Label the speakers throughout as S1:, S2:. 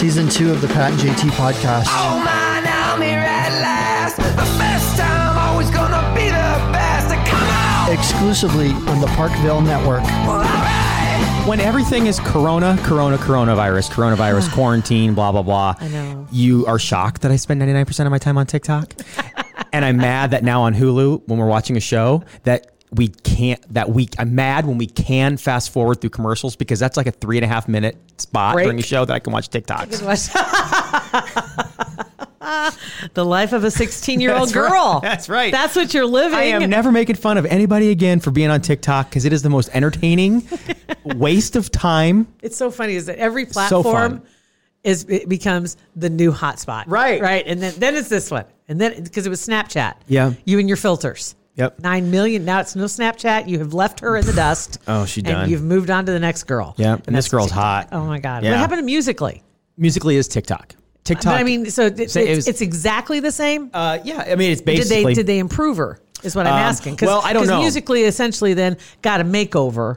S1: Season two of the Pat and JT podcast.
S2: Oh man, I'm here at last. The best time, always gonna be the best. Come on!
S1: Exclusively on the Parkville Network.
S2: Well, alright.
S3: when everything is corona, corona, coronavirus, coronavirus, quarantine, blah, blah, blah, I know. you are shocked that I spend 99% of my time on TikTok. and I'm mad that now on Hulu, when we're watching a show, that we can't, that we, I'm mad when we can fast forward through commercials because that's like a three and a half minute spot during a show that I can watch TikToks.
S4: the life of a 16 year old
S3: That's right.
S4: girl.
S3: That's right.
S4: That's what you're living.
S3: I am never making fun of anybody again for being on TikTok because it is the most entertaining waste of time.
S4: it's so funny is that every
S3: So fun.
S4: platform is it becomes the new hotspot.
S3: Right.
S4: Right. And then, then it's this one. And then because it was Snapchat.
S3: Yeah.
S4: You and your filters.
S3: Yep.
S4: Nine million. Now it's no Snapchat. You have left her in the dust.
S3: Oh, she done.
S4: And you've moved on to the next girl.
S3: Yeah, and this
S4: that's
S3: girl's
S4: TikTok.
S3: hot.
S4: Oh my God.
S3: Yeah.
S4: What happened to musically?
S3: Musically is TikTok. TikTok.
S4: But I mean, so it- it's,
S3: Say it was-
S4: it's exactly the same.
S3: uh, yeah, I mean, it's
S4: did
S3: basically.
S4: they did they improve her? Is what I'm
S3: Um,
S4: asking. 'Cause-
S3: well, I don't
S4: 'cause
S3: know.
S4: Musically, essentially, then got a makeover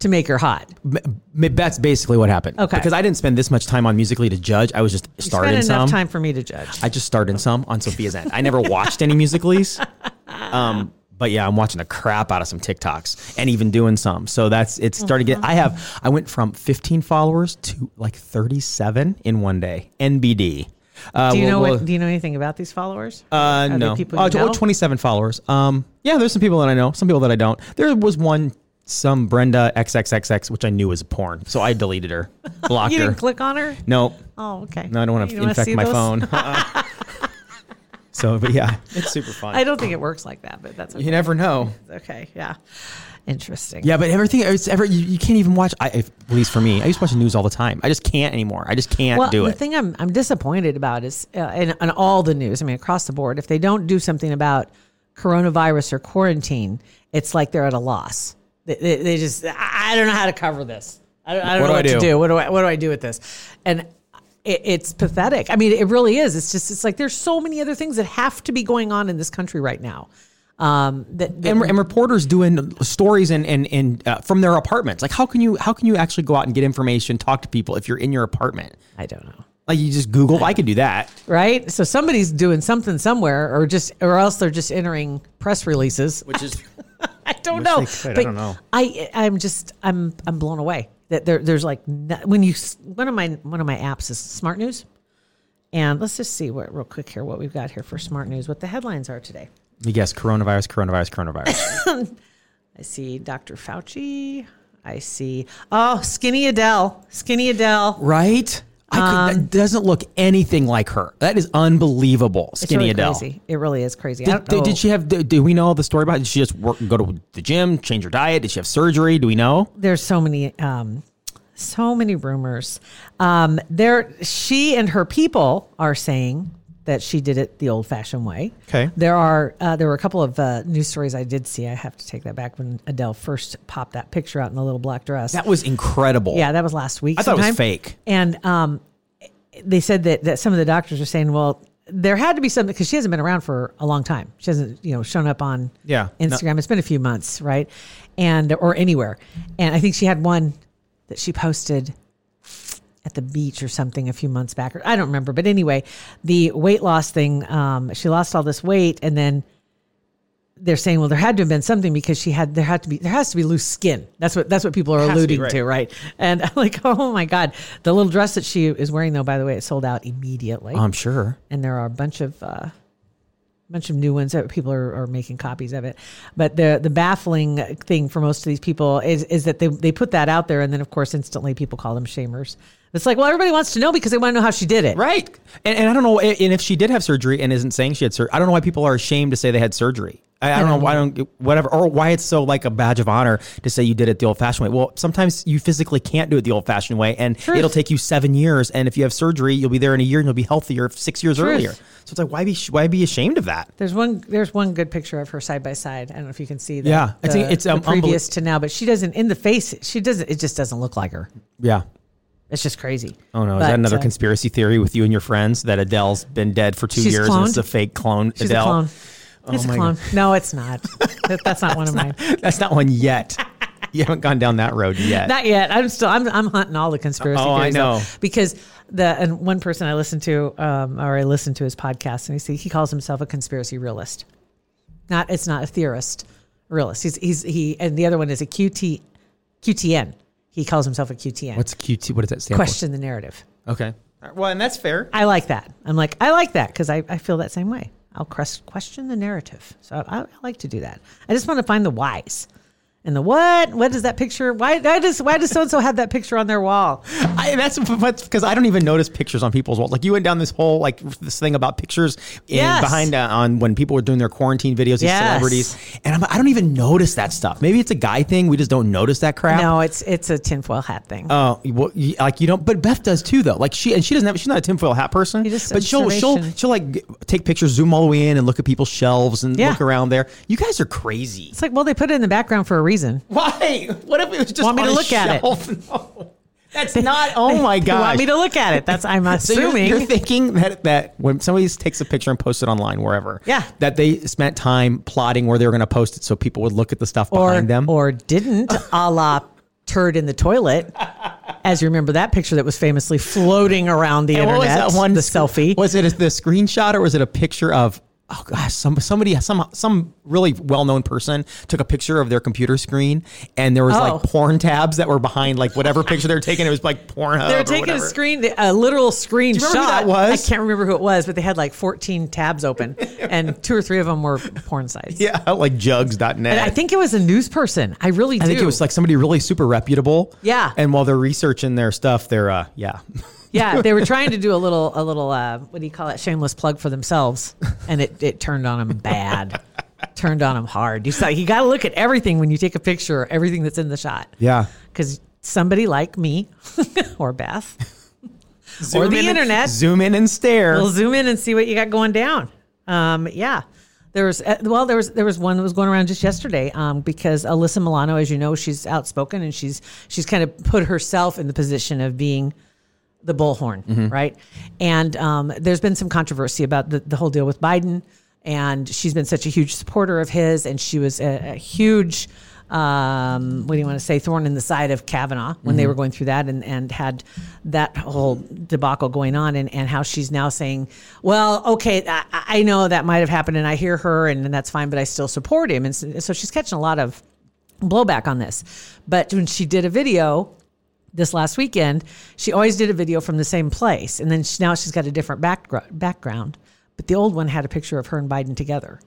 S4: to make her hot.
S3: Ma- That's basically what happened.
S4: Okay.
S3: Because I didn't spend this much time on Musically to judge. I was just
S4: Spent
S3: starting
S4: enough
S3: some.
S4: time for me to judge.
S3: I just started some on Sophia's end. I never watched any Musicallys. Um, but yeah, I'm watching the crap out of some TikToks and even doing some. So that's it's starting to get.
S4: Uh-huh.
S3: I have I went from 15 followers to like 37 in one day. NBD. Uh,
S4: do you
S3: we'll-
S4: know
S3: we'll-
S4: what? Do you know anything about these followers?
S3: Uh,
S4: they
S3: no.
S4: people
S3: Oh,
S4: you
S3: t- oh,
S4: know?
S3: 27 followers. Um, yeah, there's some people that I know, some people that I don't. There was one, some Brenda XXXX, which I knew was porn, so I deleted her, blocked
S4: you
S3: her.
S4: didn't click on her.
S3: no,
S4: Oh, okay.
S3: no, I don't want
S4: You
S3: to
S4: wanna
S3: infect
S4: see
S3: my
S4: those?
S3: phone. Uh-uh. so, but yeah, it's super fun.
S4: I don't think it works like that, but that's okay.
S3: you never know.
S4: okay. Yeah, interesting.
S3: Yeah, but everything it's ever you, you can't even watch. I, if, at least for me, I used to watch the news all the time. I just can't anymore. I just can't
S4: Well,
S3: do
S4: the
S3: it.
S4: thing I'm I'm disappointed about is, uh, and on all the news, I mean across the board, if they don't do something about coronavirus or quarantine, it's like they're at a loss. They, they, they just I I don't know how to cover this. I don't, I don't
S3: What do
S4: know
S3: I
S4: what
S3: do?
S4: to do. What do I what do I do with this? And it, it's pathetic. I mean, it really is. It's just it's like there's so many other things that have to be going on in this country right now. Um, that, that
S3: and, and reporters doing stories and and, and uh, from their apartments. Like, how can you how can you actually go out and get information, talk to people if you're in your apartment?
S4: I don't know.
S3: Like you just Google. I could do that.
S4: Right, so somebody's doing something somewhere, or just, or else they're just entering press releases.
S3: Which is
S4: I don't
S3: Wish
S4: know.
S3: they could. I don't know.
S4: I am just I'm I'm blown away that there there's like no, when you s- one of my one of my apps is Smart News, and let's just see what real quick here what we've got here for Smart News what the headlines are today.
S3: you guess coronavirus, coronavirus, coronavirus.
S4: I see Dr. Fauci. I see oh skinny Adele, skinny Adele.
S3: right? I could,
S4: Um,
S3: that doesn't look anything like her. That is unbelievable.
S4: It's
S3: Skinny
S4: really
S3: Adele.
S4: crazy. It really is crazy. I
S3: Did,
S4: don't
S3: did,
S4: know.
S3: did she have? Do, do we know the story about? It? Did she just work, go to the gym, change her diet? Did she have surgery? Do we know?
S4: there's so many um so many rumors um there she and her people are saying that she did it the old fashioned way
S3: Okay.
S4: there are uh, there were a couple of uh, news stories i did see i have to take that back when adele first popped that picture out in the little black dress
S3: That was incredible.
S4: yeah that was last week
S3: I thought it was
S4: sometime.
S3: fake.
S4: and um they said that that some of the doctors were saying well there had to be something because she hasn't been around for a long time. She hasn't, you know, shown up on
S3: Yeah. No.
S4: Instagram. It's been a few months, right? And or anywhere. And I think she had one that she posted at the beach or something a few months back. Or I don't remember, but anyway, the weight loss thing. Um, she lost all this weight, and then they're saying, well, there had to have been something because she had there had to be there has to be loose skin. That's what that's what people are
S3: to be,
S4: alluding
S3: right.
S4: to, right? And I'm like, oh my god, the little dress that she is wearing though, by the way, it sold out immediately
S3: I'm sure.
S4: and there are a bunch of uh, bunch of new ones that people are, are making copies of it. But the the baffling thing for most of these people is is that they they put that out there, and then of course instantly people call them shamers It's like, well, everybody wants to know because they want to know how she did it.
S3: Right. And, and I don't know. And and if she did have surgery and isn't saying she had surgery, I don't know why people are ashamed to say they had surgery. I, I don't know why I don't whatever or why it's so like a badge of honor to say you did it the old fashioned way. Well, sometimes you physically can't do it the old fashioned way, and
S4: Truth.
S3: it'll take you seven years. And if you have surgery, you'll be there in a year and you'll be healthier six years
S4: Truth.
S3: earlier. So it's like why be why be ashamed of that?
S4: There's one. There's one good picture of her side by side. I don't know if you can see that.
S3: Yeah. I think it's, um, unbelie-
S4: previous to now, but she doesn't in the face. She doesn't. It just doesn't look like her.
S3: Yeah.
S4: It's just crazy.
S3: Oh no! Is
S4: But,
S3: that another
S4: uh,
S3: conspiracy theory with you and your friends that Adele's been dead for two
S4: She's
S3: years and it's
S4: cloned?
S3: a fake clone?
S4: She's
S3: Adele. Oh
S4: a clone. It's
S3: my
S4: a clone. No, it's not. That- that's not one of mine.
S3: That's not one yet. you haven't gone down that road yet.
S4: Not yet. I'm still. I'm. I'm hunting all the conspiracy.
S3: Oh, I
S4: theories though,
S3: know.
S4: because the and one person I listen to, um, or I listen to his podcast, and he see he calls himself a conspiracy realist. Not. It's not a theorist. Realist. He's. He's. He. And the other one is a QT. QTN. He calls himself a QTN.
S3: What's QT? What does that stand
S4: question the narrative?
S3: for? Okay. All right, Well, and that's fair.
S4: I like that. I'm like, I like that because I, I feel that same way. I'll crus- question the narrative. So I, I like to do that. I just want to find the whys and the what. What is that picture? Why, why does why does so and so have that picture on their wall?
S3: I, that's because I don't even notice pictures on people's walls. Like you went down this whole like this thing about pictures in,
S4: Yes.
S3: behind uh, on when people were doing their quarantine videos, these
S4: Yes.
S3: celebrities, and I'm, I don't even notice that stuff. Maybe it's a guy thing. We just don't notice that crap.
S4: No, it's it's a tinfoil hat thing.
S3: Oh, well, you- like you don't, but Beth does too, though. Like she and she doesn't have. She's not a tinfoil hat person.
S4: You just-
S3: but she'll she'll
S4: observation.
S3: she'll like g- take pictures, zoom all the way in, and look at people's shelves and
S4: Yeah.
S3: look around there. You guys are crazy.
S4: it's like, well, they put it in the background for a reason.
S3: Why? What if it was just
S4: Want me
S3: on
S4: to
S3: a
S4: look at it?
S3: shelf? it? No, that's not. Oh my
S4: They
S3: gosh!
S4: want me to look at it. That's I'm
S3: So you're-
S4: assuming.
S3: you're, thinking that that when somebody takes a picture and posts it online wherever,
S4: Yeah.
S3: that they spent time plotting where they were going to post it so people would look at the stuff
S4: or
S3: behind them.
S4: or didn't a la turd in the toilet. As you remember that picture that was famously floating around the
S3: And
S4: internet, the
S3: sc-
S4: selfie.
S3: Was it the screenshot or was it a picture of? Oh gosh, some somebody some some really well known person took a picture of their computer screen and there was
S4: Oh.
S3: like porn tabs that were behind like whatever picture they were taking. It was like Pornhub.
S4: They
S3: or
S4: were taking a
S3: whatever.
S4: screen, a literal screenshot.
S3: remember who that was?
S4: I can't remember who it was, but they had like 14 tabs open, and two or three of them were porn sites.
S3: Yeah, like jugs.net.
S4: And I think it was a news person. I really do.
S3: I think it was like somebody really super reputable.
S4: Yeah.
S3: And while they're researching their stuff, they're uh yeah.
S4: yeah, they were trying to do a little, a little, uh, what do you call it? Shameless plug for themselves, and it it turned on them bad. turned on them hard. You saw, you got to look at everything when you take a picture, everything that's in the shot.
S3: Yeah.
S4: because somebody like me or Beth or the
S3: in and-
S4: internet.
S3: zoom in and stare.
S4: We'll zoom in and see what you got going down. Um, yeah, there was uh, well, there was there was one that was going around just yesterday um, because Alyssa Milano, as you know, she's outspoken and she's she's kind of put herself in the position of being the bullhorn, right? And um, there's been some controversy about the, the whole deal with Biden, and she's been such a huge supporter of his, and she was a, a huge. Um, what do you want to say? Thorn in the side of Kavanaugh when they were going through that and, and had that whole debacle going on, and, and how she's now saying, Well, okay, I, I know that might have happened, and I hear her, and, and that's fine, but I still support him. And so, so she's catching a lot of blowback on this. But when she did a video this last weekend, she always did a video from the same place, and then she, now she's got a different backgr- background. But the old one had a picture of her and Biden together,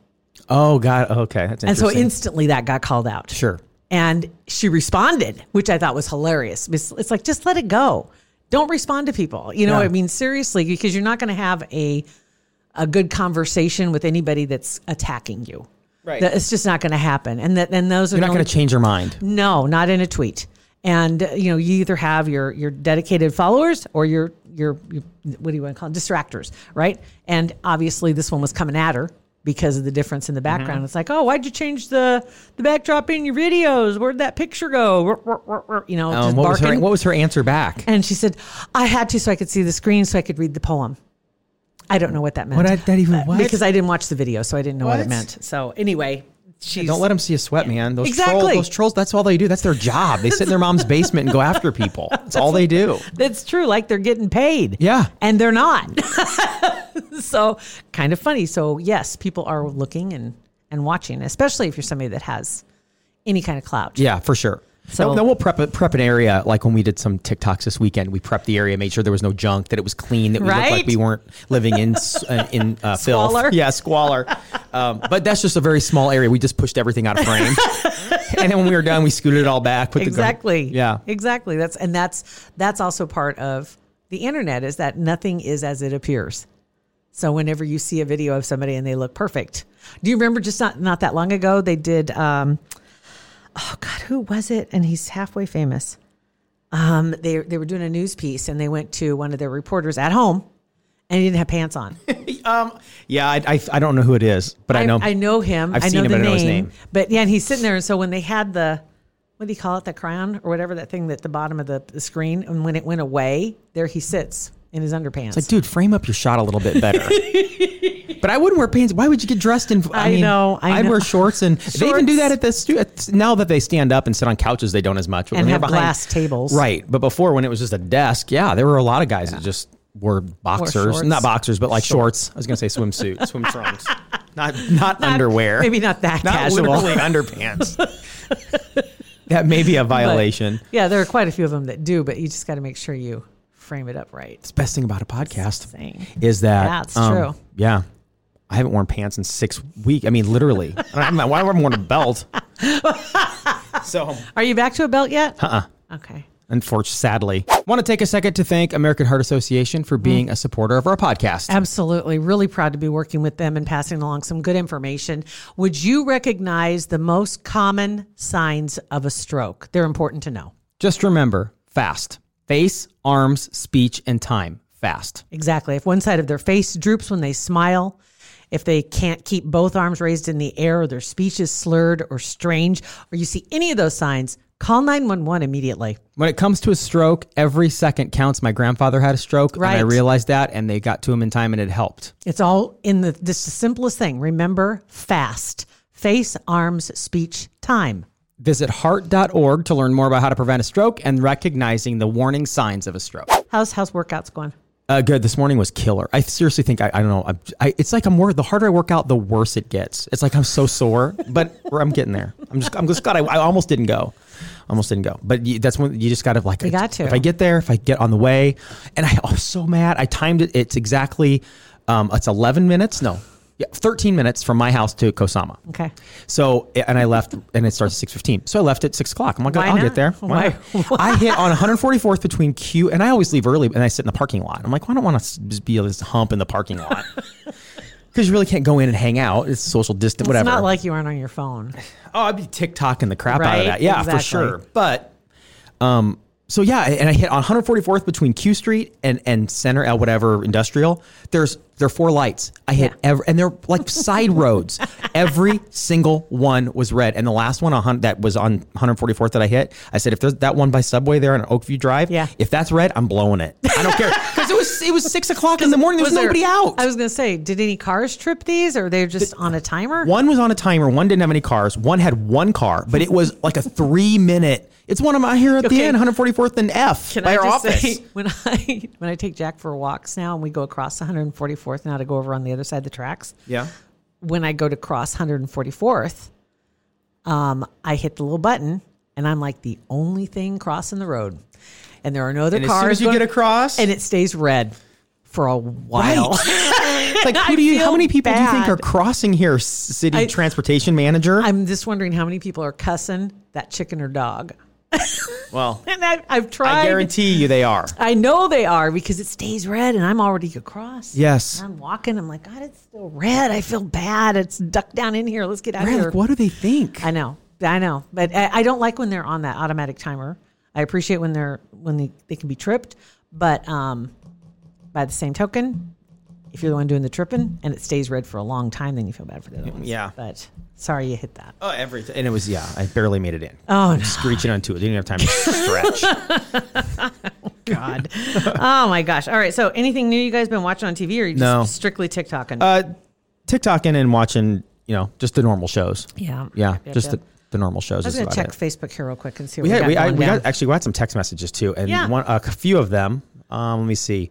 S3: oh god. Okay. That's interesting.
S4: and so instantly that got called out.
S3: Sure.
S4: And she responded, which I thought was hilarious. It's, it's like just let it go. Don't respond to people. You know,
S3: Yeah.
S4: I mean, seriously, because you're not going to have a a good conversation with anybody that's attacking you.
S3: Right.
S4: That- It's just not going to happen. And that then those are
S3: You're not
S4: going
S3: going to change your mind.
S4: No, not in a tweet. And uh, you know, you either have your your dedicated followers or your your, your what do you want to call them? distractors, right? And obviously, this one was coming at her because of the difference in the background.
S3: Mm-hmm.
S4: It's like, oh, why'd you change the the backdrop in your videos? Where'd that picture go? Wah, wah, wah, wah, You know,
S3: Um,
S4: just
S3: what, was
S4: barking.
S3: her, what was her answer back?
S4: and she said, I had to so I could see the screen so I could read the poem. I don't know what that meant.
S3: What I- that even-
S4: Uh,
S3: what?
S4: Because I didn't watch the video, so I didn't know what,
S3: What?
S4: it meant. So anyway, she's
S3: Don't let them see you sweat, man. Those
S4: Exactly.
S3: trolls, those trolls, that's all they do. That's their job. They sit in their mom's basement and go after people. That's all they do.
S4: That's true. Like they're getting paid.
S3: Yeah.
S4: And they're not. so kind of funny. So yes, people are looking and, and watching, especially if you're somebody that has any kind of clout.
S3: Yeah, for sure. So
S4: So-
S3: now, we'll prep prep an area like when we did some TikToks this weekend. We prepped the area, made sure there was no junk, that it was clean, that we looked like
S4: Right?
S3: we weren't living in s- uh, in uh, filth.
S4: Squalor?
S3: Yeah, squalor. um, but that's just a very small area. We just pushed everything out of frame, and then when we were done, we scooted it all back. Put
S4: Exactly.
S3: The gar- yeah.
S4: Exactly. That's and that's that's also part of the internet is that nothing is as it appears. So whenever you see a video of somebody and they look perfect, do you remember just not not that long ago they did? Um, oh God, who was it? And he's halfway famous. Um, they they were doing a news piece and they went to one of their reporters at home, and he didn't have pants on.
S3: Um, Yeah, I, I, I don't know who it is, but I, know.
S4: I know him.
S3: I've
S4: I know
S3: seen him,
S4: the
S3: but I
S4: name,
S3: don't know his name.
S4: But yeah, and he's sitting there. And so when they had the, what do you call it, the crown or whatever that thing that the bottom of the, the screen, and when it went away, there he sits in his underpants.
S3: Like, Uh, dude, frame up your shot a little bit better. but I wouldn't wear pants. Why would you get dressed in?
S4: I know, I know.
S3: wear shorts, and they even do that at the stu- at- now that they stand up and sit on couches, they don't as much. But
S4: And
S3: when they're
S4: have glass tables.
S3: right? But before, when it was just a desk, yeah, there were a lot of guys that just wore boxers,
S4: shorts.
S3: not boxers, but like shorts. I was gonna say swimsuit, swim trunks, not not underwear.
S4: Maybe not that
S3: not
S4: casual.
S3: literally underpants. that may be a violation.
S4: Yeah, there are quite a few of them that do, but you just got to make sure you frame it up right.
S3: best thing about a podcast
S4: Saying.
S3: is that um,
S4: That's true.
S3: Yeah, I haven't worn pants in six weeks. I mean, literally. I don't, why haven't I worn a belt? so,
S4: Are you back to a belt yet? Uh uh
S3: Uh-uh.
S4: Okay.
S3: unfortunately, sadly, want to take a second to thank American Heart Association
S4: Mm.
S3: for being a supporter of our podcast.
S4: Absolutely. Really proud to be working with them and passing along some good information. Would you recognize the most common signs of a stroke? They're important to know.
S3: Just remember, fast face, arms, speech, and time. Fast.
S4: Exactly. If one side of their face droops when they smile, if they can't keep both arms raised in the air, or their speech is slurred or strange, or you see any of those signs, call 911 immediately.
S3: When it comes to a stroke, every second counts. My grandfather had a stroke, and I
S4: Right.
S3: realized that, and they got to him in time, and it helped.
S4: It's all in the just the simplest thing. Remember fast. Face, arms, speech, time.
S3: Visit heart.org to learn more about how to prevent a stroke and recognizing the warning signs of a stroke.
S4: How's how's workouts going?
S3: Uh, good. This morning was killer. I seriously think I, I don't know. I'm, I, it's like I'm worried. The harder I work out, the worse it gets. It's like I'm so sore, but or I'm getting there. I'm just I'm just glad I, I almost didn't go, almost didn't go. But you, that's when you just got to like. You
S4: got to.
S3: If I get there, if I get on the way, and I, I'm so mad. I timed it. It's exactly, um, it's 11 minutes. No, yeah, 13 minutes from my house to Kosama.
S4: Okay.
S3: So and I left, and it starts at six fifteen. So I left at six o'clock. I'm like,
S4: Why
S3: I'll
S4: not?
S3: get there.
S4: Why-
S3: not? I hit on 144th between Q, and I always leave early, and I sit in the parking lot. I'm like, well, I don't want to just be this hump in the parking lot because you really can't go in and hang out. It's social distance, whatever.
S4: It's not like you aren't on your phone.
S3: oh, I'd be TikToking the crap out
S4: Right?
S3: of that. Yeah,
S4: Exactly.
S3: for sure. But um, so yeah, and I hit on 144th between Q Street and and Center at whatever industrial. There's there are four lights. I hit
S4: Yeah.
S3: every, and they're like side roads. Every single one was red, and the last one on hun- that was on 144th that I hit, I said if there's that one by Subway there on Oakview Drive,
S4: Yeah.
S3: if that's red, I'm blowing it. I don't care because it was it was six o'clock in the morning. There was,
S4: there-
S3: nobody out.
S4: I was going to say, did any cars trip these or they're just on a timer?
S3: One was on a timer. One didn't have any cars. One had one car, but it was like a three minute. It's one of my here at the
S4: Okay.
S3: end, 144th and F
S4: Can
S3: by
S4: I
S3: our
S4: just
S3: office.
S4: say, when I when I take Jack for walks now and we go across 144th now to go over on the other side of the tracks,
S3: yeah.
S4: when I go to cross 144th, um, I hit the little button and I'm like the only thing crossing the road, and there are no other
S3: And as
S4: cars.
S3: soon as you
S4: going-
S3: get across,
S4: and it stays red for a while.
S3: it's like
S4: I
S3: who do you?
S4: feel
S3: How many people do you think
S4: bad.
S3: are crossing here? s- City
S4: I-
S3: transportation manager.
S4: I'm just wondering how many people are cussing that chicken or dog.
S3: well,
S4: And I, I've tried.
S3: I guarantee you they are.
S4: I know they are because it stays red and I'm already across.
S3: Yes.
S4: I'm walking. I'm like, God, it's still red. I feel bad. It's ducked down in here. Let's get out
S3: Brad,
S4: of here.
S3: like, what do they think?
S4: I know. I know. But I, I don't like when they're on that automatic timer. I appreciate when they're when they, they can be tripped. But um, by the same token, if you're the one doing the tripping and it stays red for a long time, then you feel bad for the other ones.
S3: Yeah.
S4: But sorry you hit that.
S3: oh, everything. And it was yeah. I barely made it in.
S4: Oh,
S3: Screeching on two. I didn't have time to stretch.
S4: God. oh, my gosh. All right. So anything new you guys been watching on TV or you just
S3: No.
S4: strictly TikToking?
S3: uh, TikToking and watching, you know, just the normal shows.
S4: Yeah.
S3: Yeah,
S4: Yep,
S3: just
S4: yep.
S3: the, the normal shows.
S4: I was
S3: is
S4: going to
S3: about
S4: check
S3: it.
S4: Facebook here real quick and see what
S3: We had,
S4: we
S3: we,
S4: got.
S3: I,
S4: going
S3: we
S4: down.
S3: got actually we had some text messages too, and
S4: Yeah.
S3: one a few of them. Um, let me see.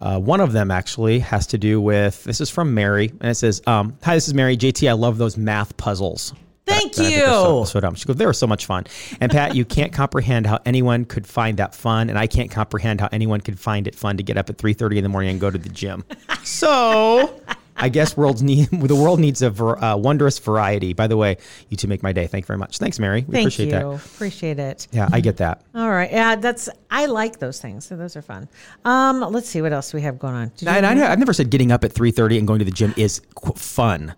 S3: Uh, one of them actually has to do with this is from Mary, and it says, um, "Hi, this is Mary. JT, I love those math puzzles."
S4: Thank
S3: I think they're so-
S4: you.
S3: So, dumb. She goes, "They were so much fun." And Pat, you can't comprehend how anyone could find that fun, and I can't comprehend how anyone could find it fun to get up at three thirty in the morning and go to the gym. So I guess world's need the world needs a ver, uh, wondrous variety. By the way, you two make my day. Thank you very much. Thanks, Mary. We
S4: Thank
S3: appreciate
S4: you.
S3: that.
S4: Appreciate it.
S3: Yeah, I get that.
S4: All right. Yeah, that's I like those things. So those are fun. Um, let's see what else we have going on. Did you-
S3: And I, have never said getting up at three thirty and going to the gym is qu- fun.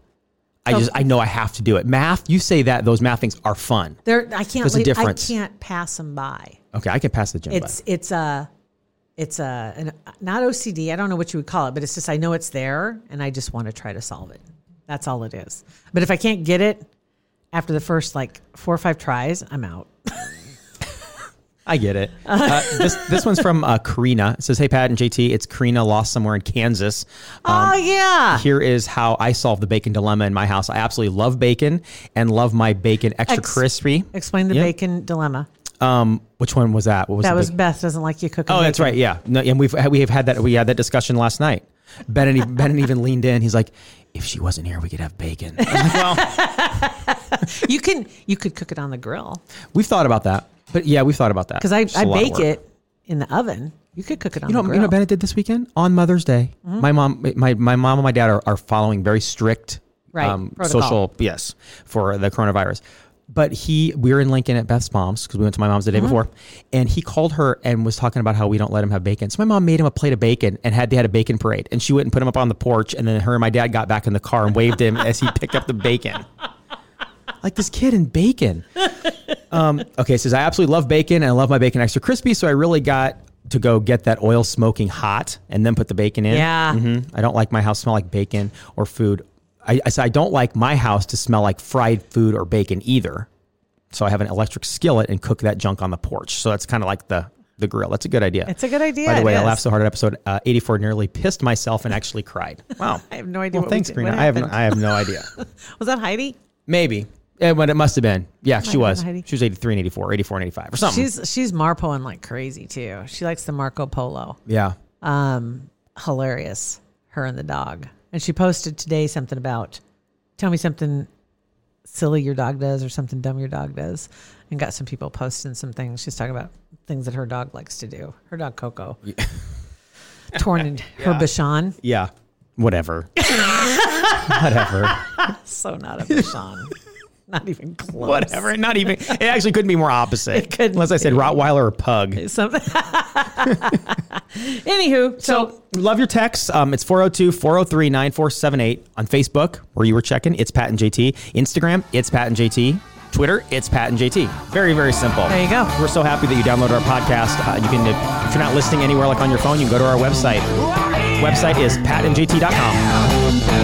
S3: I just I know I have to do it. Math, you say that those math things are fun.
S4: there, I can't.
S3: There's a
S4: leave-
S3: difference.
S4: I can't pass them by.
S3: Okay, I can pass the gym.
S4: It's it's a it's a an, not OCD. I don't know what you would call it, but it's just I know it's there and I just want to try to solve it. That's all it is. But if I can't get it after the first like four or five tries, I'm out.
S3: I get it. Uh, this this one's from uh, Karina. It says, "Hey Pat and JT, it's Karina lost somewhere in Kansas. Um,
S4: oh yeah.
S3: Here is how I solve the bacon dilemma in my house. I absolutely love bacon and love my bacon extra
S4: Ex-
S3: crispy.
S4: Explain the
S3: Yeah.
S4: bacon dilemma.
S3: Um, which one was that? What was
S4: That
S3: the
S4: was
S3: bacon-
S4: Beth doesn't like you cooking.
S3: Oh, that's
S4: bacon.
S3: right. Yeah, no, and we've we have had that we had that discussion last night. Ben and, ben even leaned in. He's like, if she wasn't here, we could have bacon. I'm like, well,
S4: You can you could cook it on the grill
S3: we've thought about that, but yeah, we've thought about that
S4: because I,
S3: It's just a
S4: I
S3: lot of
S4: bake
S3: work.
S4: it in the oven. You could cook it on
S3: You know,
S4: the grill.
S3: you know, what Bennett did this weekend on Mother's Day.
S4: Mm-hmm.
S3: My mom, my, my mom and my dad are, are following very strict um,
S4: Right, protocol.
S3: social yes for the coronavirus. But he, we were in Lincoln at Beth's mom's because we went to my mom's the
S4: Mm-hmm.
S3: day before, and he called her and was talking about how we don't let him have bacon. So my mom made him a plate of bacon and had they had a bacon parade, and she went and put him up on the porch, and then her and my dad got back in the car and waved him as he picked up the bacon. Like this kid in bacon. Um, Okay, it says I absolutely love bacon and I love my bacon extra crispy, so I really got to go get that oil smoking hot and then put the bacon in.
S4: Yeah.
S3: hmm I don't like my house smell like bacon or food. I, I said I don't like my house to smell like fried food or bacon either. So I have an electric skillet and cook that junk on the porch. So that's kind of like the the grill. That's a good idea.
S4: It's a good idea,
S3: By the
S4: it
S3: way, I
S4: is.
S3: laughed so hard at episode uh, 84, nearly pissed myself and actually cried. Wow.
S4: I have no idea
S3: Well,
S4: what we
S3: thanks,
S4: did-
S3: Karina.
S4: what
S3: I have no,
S4: happened.
S3: I have no idea.
S4: Was that Heidi?
S3: Maybe. Eh, But it must have been. Yeah, she
S4: have
S3: was.
S4: been Heidi.
S3: She was 83 and 84, 84 and 85 or something.
S4: She's she's Marpoing like crazy too. She likes the Marco Polo.
S3: Yeah.
S4: um, hilarious. Her and the dog, and she posted today something about, tell me something silly your dog does or something dumb your dog does, and got some people posting some things. She's talking about things that her dog likes to do. Her dog Coco, torn in her Bashan.
S3: Yeah. Whatever. Whatever.
S4: So not a Bashan, not even close.
S3: Whatever. Not even. It actually couldn't be more opposite.
S4: It couldn't
S3: Unless I said
S4: be.
S3: Rottweiler or Pug.
S4: Something. Anywho, so
S3: Love your texts. Um, it's 402 403 9478 on Facebook, where you were checking. It's Pat and JT. Instagram, it's Pat and JT. Twitter, it's Pat and JT. Very, very simple.
S4: There you go.
S3: We're so happy that you downloaded our podcast. Uh, you can, if you're not listening anywhere like on your phone, you can go to our website. Website is patandjt.com.
S2: Website.